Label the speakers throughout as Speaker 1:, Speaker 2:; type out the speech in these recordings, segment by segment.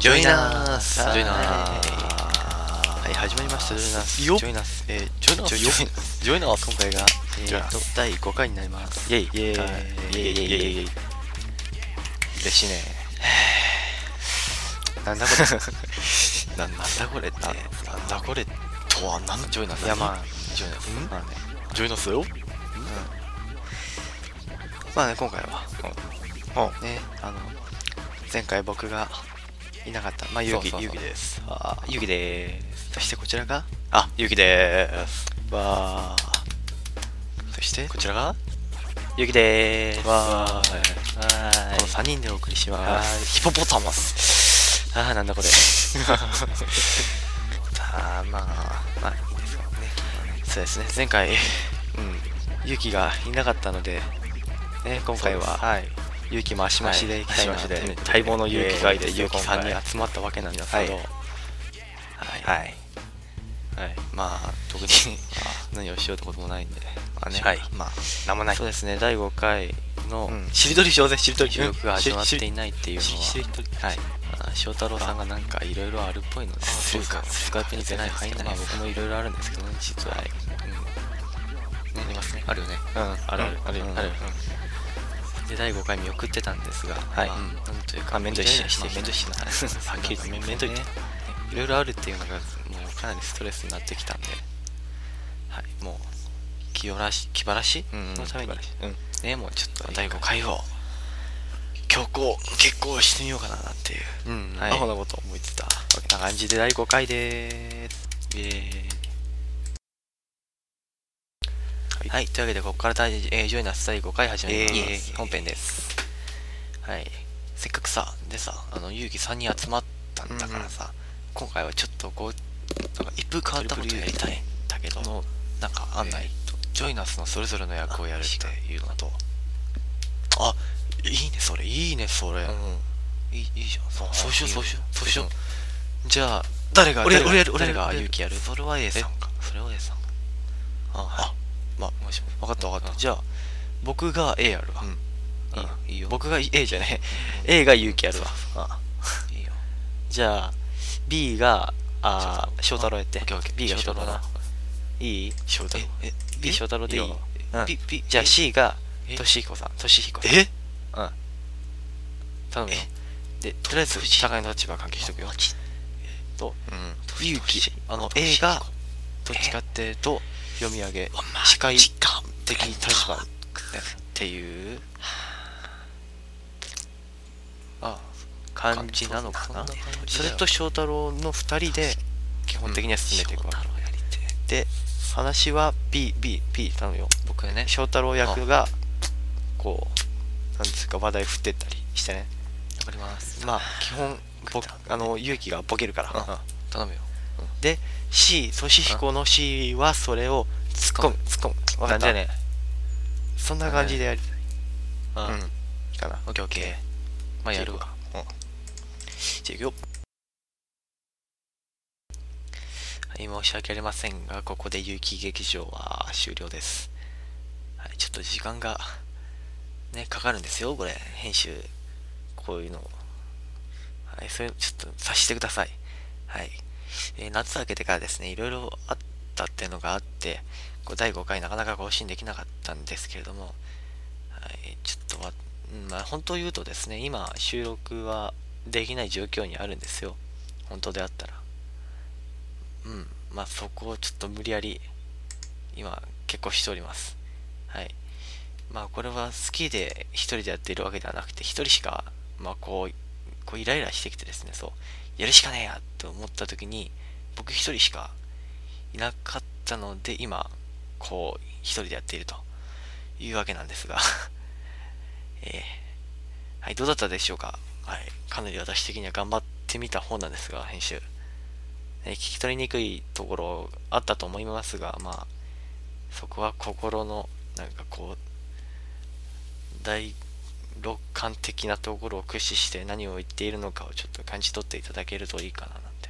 Speaker 1: ジョイナース
Speaker 2: ジョイナース
Speaker 1: はい、始まりました、ジョイナース。
Speaker 2: よっ
Speaker 1: ジョイナース。えー、ジョイナース。
Speaker 2: ジョイナ
Speaker 1: ジョイナース。今回が、え
Speaker 2: ジョイナ
Speaker 1: ー
Speaker 2: ー
Speaker 1: と、第5回になります。
Speaker 2: イェイ
Speaker 1: イェ
Speaker 2: はい
Speaker 1: イ。イェイイェイイェイイェイ。
Speaker 2: 嬉しいね
Speaker 1: なんだこれ。
Speaker 2: ななんだこれって
Speaker 1: な
Speaker 2: なんだこれとはなんジョイナス
Speaker 1: いや、まあ、
Speaker 2: ジョイナス
Speaker 1: まあね。
Speaker 2: ジョイナスよ
Speaker 1: まあね、今回は、
Speaker 2: うん
Speaker 1: ね、あの、前回僕がいなかった、まあ、ゆうき、
Speaker 2: そうそうそう
Speaker 1: ゆうきです。
Speaker 2: あーゆうきでーす
Speaker 1: そしてこちらが、
Speaker 2: あゆうきでーす
Speaker 1: わー。そして、
Speaker 2: こちらが
Speaker 1: ゆうきで
Speaker 2: ーす
Speaker 1: わー。
Speaker 2: はーい
Speaker 1: この3人でお送りし
Speaker 2: は
Speaker 1: ま
Speaker 2: ーい
Speaker 1: す。
Speaker 2: ヒポポタマス
Speaker 1: ああ、なんだ これ。
Speaker 2: あーまあ
Speaker 1: まあ、いいですかね。そうですね、前回、 うん、ゆうきがいなかったので、ね、今回
Speaker 2: そうです
Speaker 1: は、
Speaker 2: はい
Speaker 1: ゆうきも足増しで行きたいな
Speaker 2: はい
Speaker 1: と
Speaker 2: 足増しで
Speaker 1: 待望のゆうきがいで、
Speaker 2: えー
Speaker 1: ゆうきさんに
Speaker 2: 今回
Speaker 1: 集まったわけなんですけど、
Speaker 2: は
Speaker 1: はいい。
Speaker 2: はい
Speaker 1: はいまあ、特に 何をしようってこともないんで、まあね、
Speaker 2: はい
Speaker 1: まあ、
Speaker 2: なんもない
Speaker 1: そうですね、第5回の
Speaker 2: うんしりとりしようぜしりとり
Speaker 1: 収録が始まってい
Speaker 2: い
Speaker 1: ないっていうの
Speaker 2: しり
Speaker 1: は、
Speaker 2: とり
Speaker 1: はい、あ翔太郎さんがなんかいろいろあるっぽいので、ス
Speaker 2: そうか
Speaker 1: カイプに出ない範囲で、まあ
Speaker 2: そうか
Speaker 1: 僕もいろいろあるんですけどね、実は。はいうんね、ありますね。
Speaker 2: あるよね
Speaker 1: うん、あるあ
Speaker 2: うん
Speaker 1: るある
Speaker 2: あ
Speaker 1: あ
Speaker 2: る
Speaker 1: る。で、第5回見送ってたんですが、
Speaker 2: はい
Speaker 1: まあなんという
Speaker 2: まあ
Speaker 1: か、
Speaker 2: 面倒いし
Speaker 1: 見た
Speaker 2: ま
Speaker 1: り
Speaker 2: あ面倒いしな
Speaker 1: はっきり言って
Speaker 2: 面
Speaker 1: 面
Speaker 2: 倒い
Speaker 1: 倒いね。いろいろあるっていうのが、もうかなりストレスになってきたんで、はい、もう、気晴らし、気晴らし
Speaker 2: うんうん
Speaker 1: のため
Speaker 2: 気
Speaker 1: に
Speaker 2: 晴らし、
Speaker 1: ね、もうちょっと第5回を、強行、結構してみようかなっていう。
Speaker 2: うん
Speaker 1: はい、
Speaker 2: ア
Speaker 1: ア
Speaker 2: ホ
Speaker 1: ホ
Speaker 2: な
Speaker 1: なこと思いついたわけな感じで第5回でーすイエーイはい、というわけでここから第、えー、ジョイナス第5回始まります
Speaker 2: イエーイ
Speaker 1: 本編ですはいせっかくさでさあの勇気3人集まったんだからさ、今回はちょっとこうなんか一風変わったことやりたいんだけどなんか案内、
Speaker 2: え
Speaker 1: ジョイナスのそれぞれの役をやるっていうのとあいいねそれいいねそれ、いいいいじゃんそう
Speaker 2: あ
Speaker 1: そうしよう
Speaker 2: いい
Speaker 1: そうしようそうしよ
Speaker 2: うん
Speaker 1: うじゃあ誰が
Speaker 2: 俺やる
Speaker 1: 誰が
Speaker 2: 俺やる俺やる
Speaker 1: 誰
Speaker 2: 俺
Speaker 1: が
Speaker 2: やる
Speaker 1: 勇気やるそれは A さんかそれは A さんかあはいまあもしも分かった分かっ
Speaker 2: うん
Speaker 1: たじゃあ僕が A やるわ
Speaker 2: うん
Speaker 1: いい
Speaker 2: いいよ
Speaker 1: 僕が A じゃねえ A が勇気やるわあ
Speaker 2: いいよ
Speaker 1: じゃあ B があー
Speaker 2: 翔
Speaker 1: 翔
Speaker 2: 太郎
Speaker 1: 太郎やって B が翔太郎ないい
Speaker 2: 翔太郎
Speaker 1: ええ
Speaker 2: B
Speaker 1: B 翔太郎でいい
Speaker 2: いいよ
Speaker 1: うん
Speaker 2: B B
Speaker 1: じゃあ C が
Speaker 2: え
Speaker 1: としひこさんとしひこさん
Speaker 2: え
Speaker 1: うん頼むよでとりあえず互いの立場関係しとくよと
Speaker 2: うん
Speaker 1: 勇気あの
Speaker 2: 年
Speaker 1: A
Speaker 2: 下
Speaker 1: がどっちかっていうと読み上げ
Speaker 2: 前
Speaker 1: 司会
Speaker 2: 時間
Speaker 1: 的立場っていうあ感じなのかなそれと翔太郎の2人で基本的には進めていくわけで話は BBB 頼むよ
Speaker 2: 僕ね
Speaker 1: 翔太郎役がこうなんですか話題振ってったりしてね
Speaker 2: わかります
Speaker 1: まあ基本僕あの勇気がボケるから、
Speaker 2: 頼むよ
Speaker 1: で C ソシヒコの C はそれを突っ込む突っ込むわか
Speaker 2: な
Speaker 1: った
Speaker 2: んじゃね
Speaker 1: そんな感じでやり
Speaker 2: う
Speaker 1: たい
Speaker 2: ん
Speaker 1: いいかな
Speaker 2: オッケーオッケーまあやるわ
Speaker 1: じゃあいくよはい申し訳ありませんがここで有機劇場は終了です、はい、ちょっと時間がねかかるんですよこれ編集こういうのはいそれちょっと察してくださいはい、えー夏明けてからですねいろいろあったっていうのがあってこう第5回なかなか更新できなかったんですけれどもはい、ちょっとわ、うんまあ、本当を言うとですね、今、収録はできない状況にあるんですよ。本当であったら。うん、まあ、そこをちょっと無理やり、今、結構しております。はい。まあ、これは好きで一人でやっているわけではなくて、一人しか、まあ、こう、こうイライラしてきてですね、そう、やるしかねえやと思った時に、僕一人しかいなかったので、今、こう、一人でやっているというわけなんですが。 えーはい、どうだったでしょうか、はい、かなり私的には頑張ってみた方なんですが、編集。ね聞き取りにくいところあったと思いますが、まあ、そこは心の、なんかこう、第六感的なところを駆使して何を言っているのかをちょっと感じ取っていただけるといいかななんて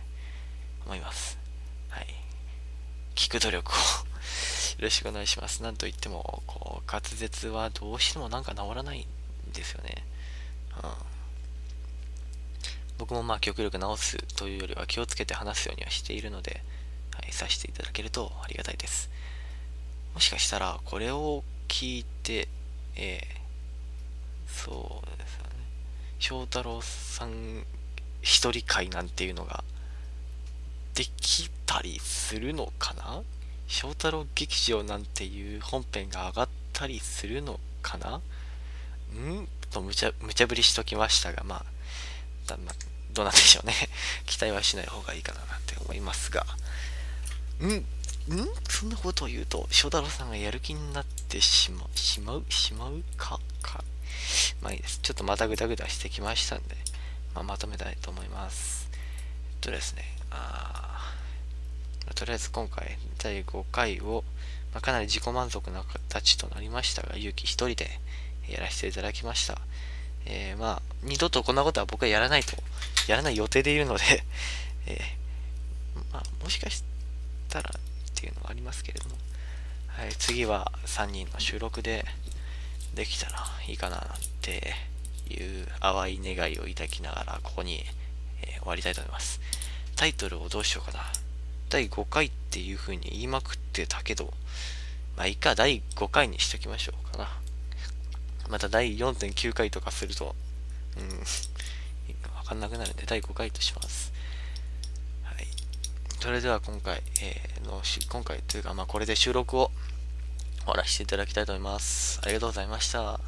Speaker 1: 思います。はい。聞く努力をよろしくお願いします。なんといっても、こう、滑舌はどうしてもなんか治らないですよね。うん、僕もまあ記憶力直すというよりは気をつけて話すようにはしているので、はい、させていただけるとありがたいです。もしかしたら、これを聞いて、えーそうですよね。翔太郎さん一人会なんていうのができたりするのかな翔太郎劇場なんていう本編が上がったりするのかなんと無茶無茶ぶりしときましたが、まあ、だまあどうなんでしょうね。 期待はしない方がいいかななんて思いますが。んんそんなことを言うと、翔太郎さんがやる気になってしましまうしまうかか。まあいいです。ちょっとまたぐだぐだしてきましたんで、まあ、まとめたいと思います。えっとですね、あーとりあえず今回第5回を、まあ、かなり自己満足な形となりましたが、勇気一人でやらせていただきました。えーまあ、二度とこんなことは僕はやらないと、やらない予定でいるので、 えーまあ、もしかしたらっていうのはありますけれども、はい、次は3人の収録でできたらいいかななんていう淡い願いを抱きながら、ここに、えー終わりたいと思います。タイトルをどうしようかな。第5回っていう風に言いまくってたけど、まあ、いいか、第5回にしときましょうかな。また第4.9回とかすると、うん、わかんなくなるんで、第5回とします。はい。それでは今回、えーのし、今回というか、まあ、これで収録を終わらせていただきたいと思います。ありがとうございました。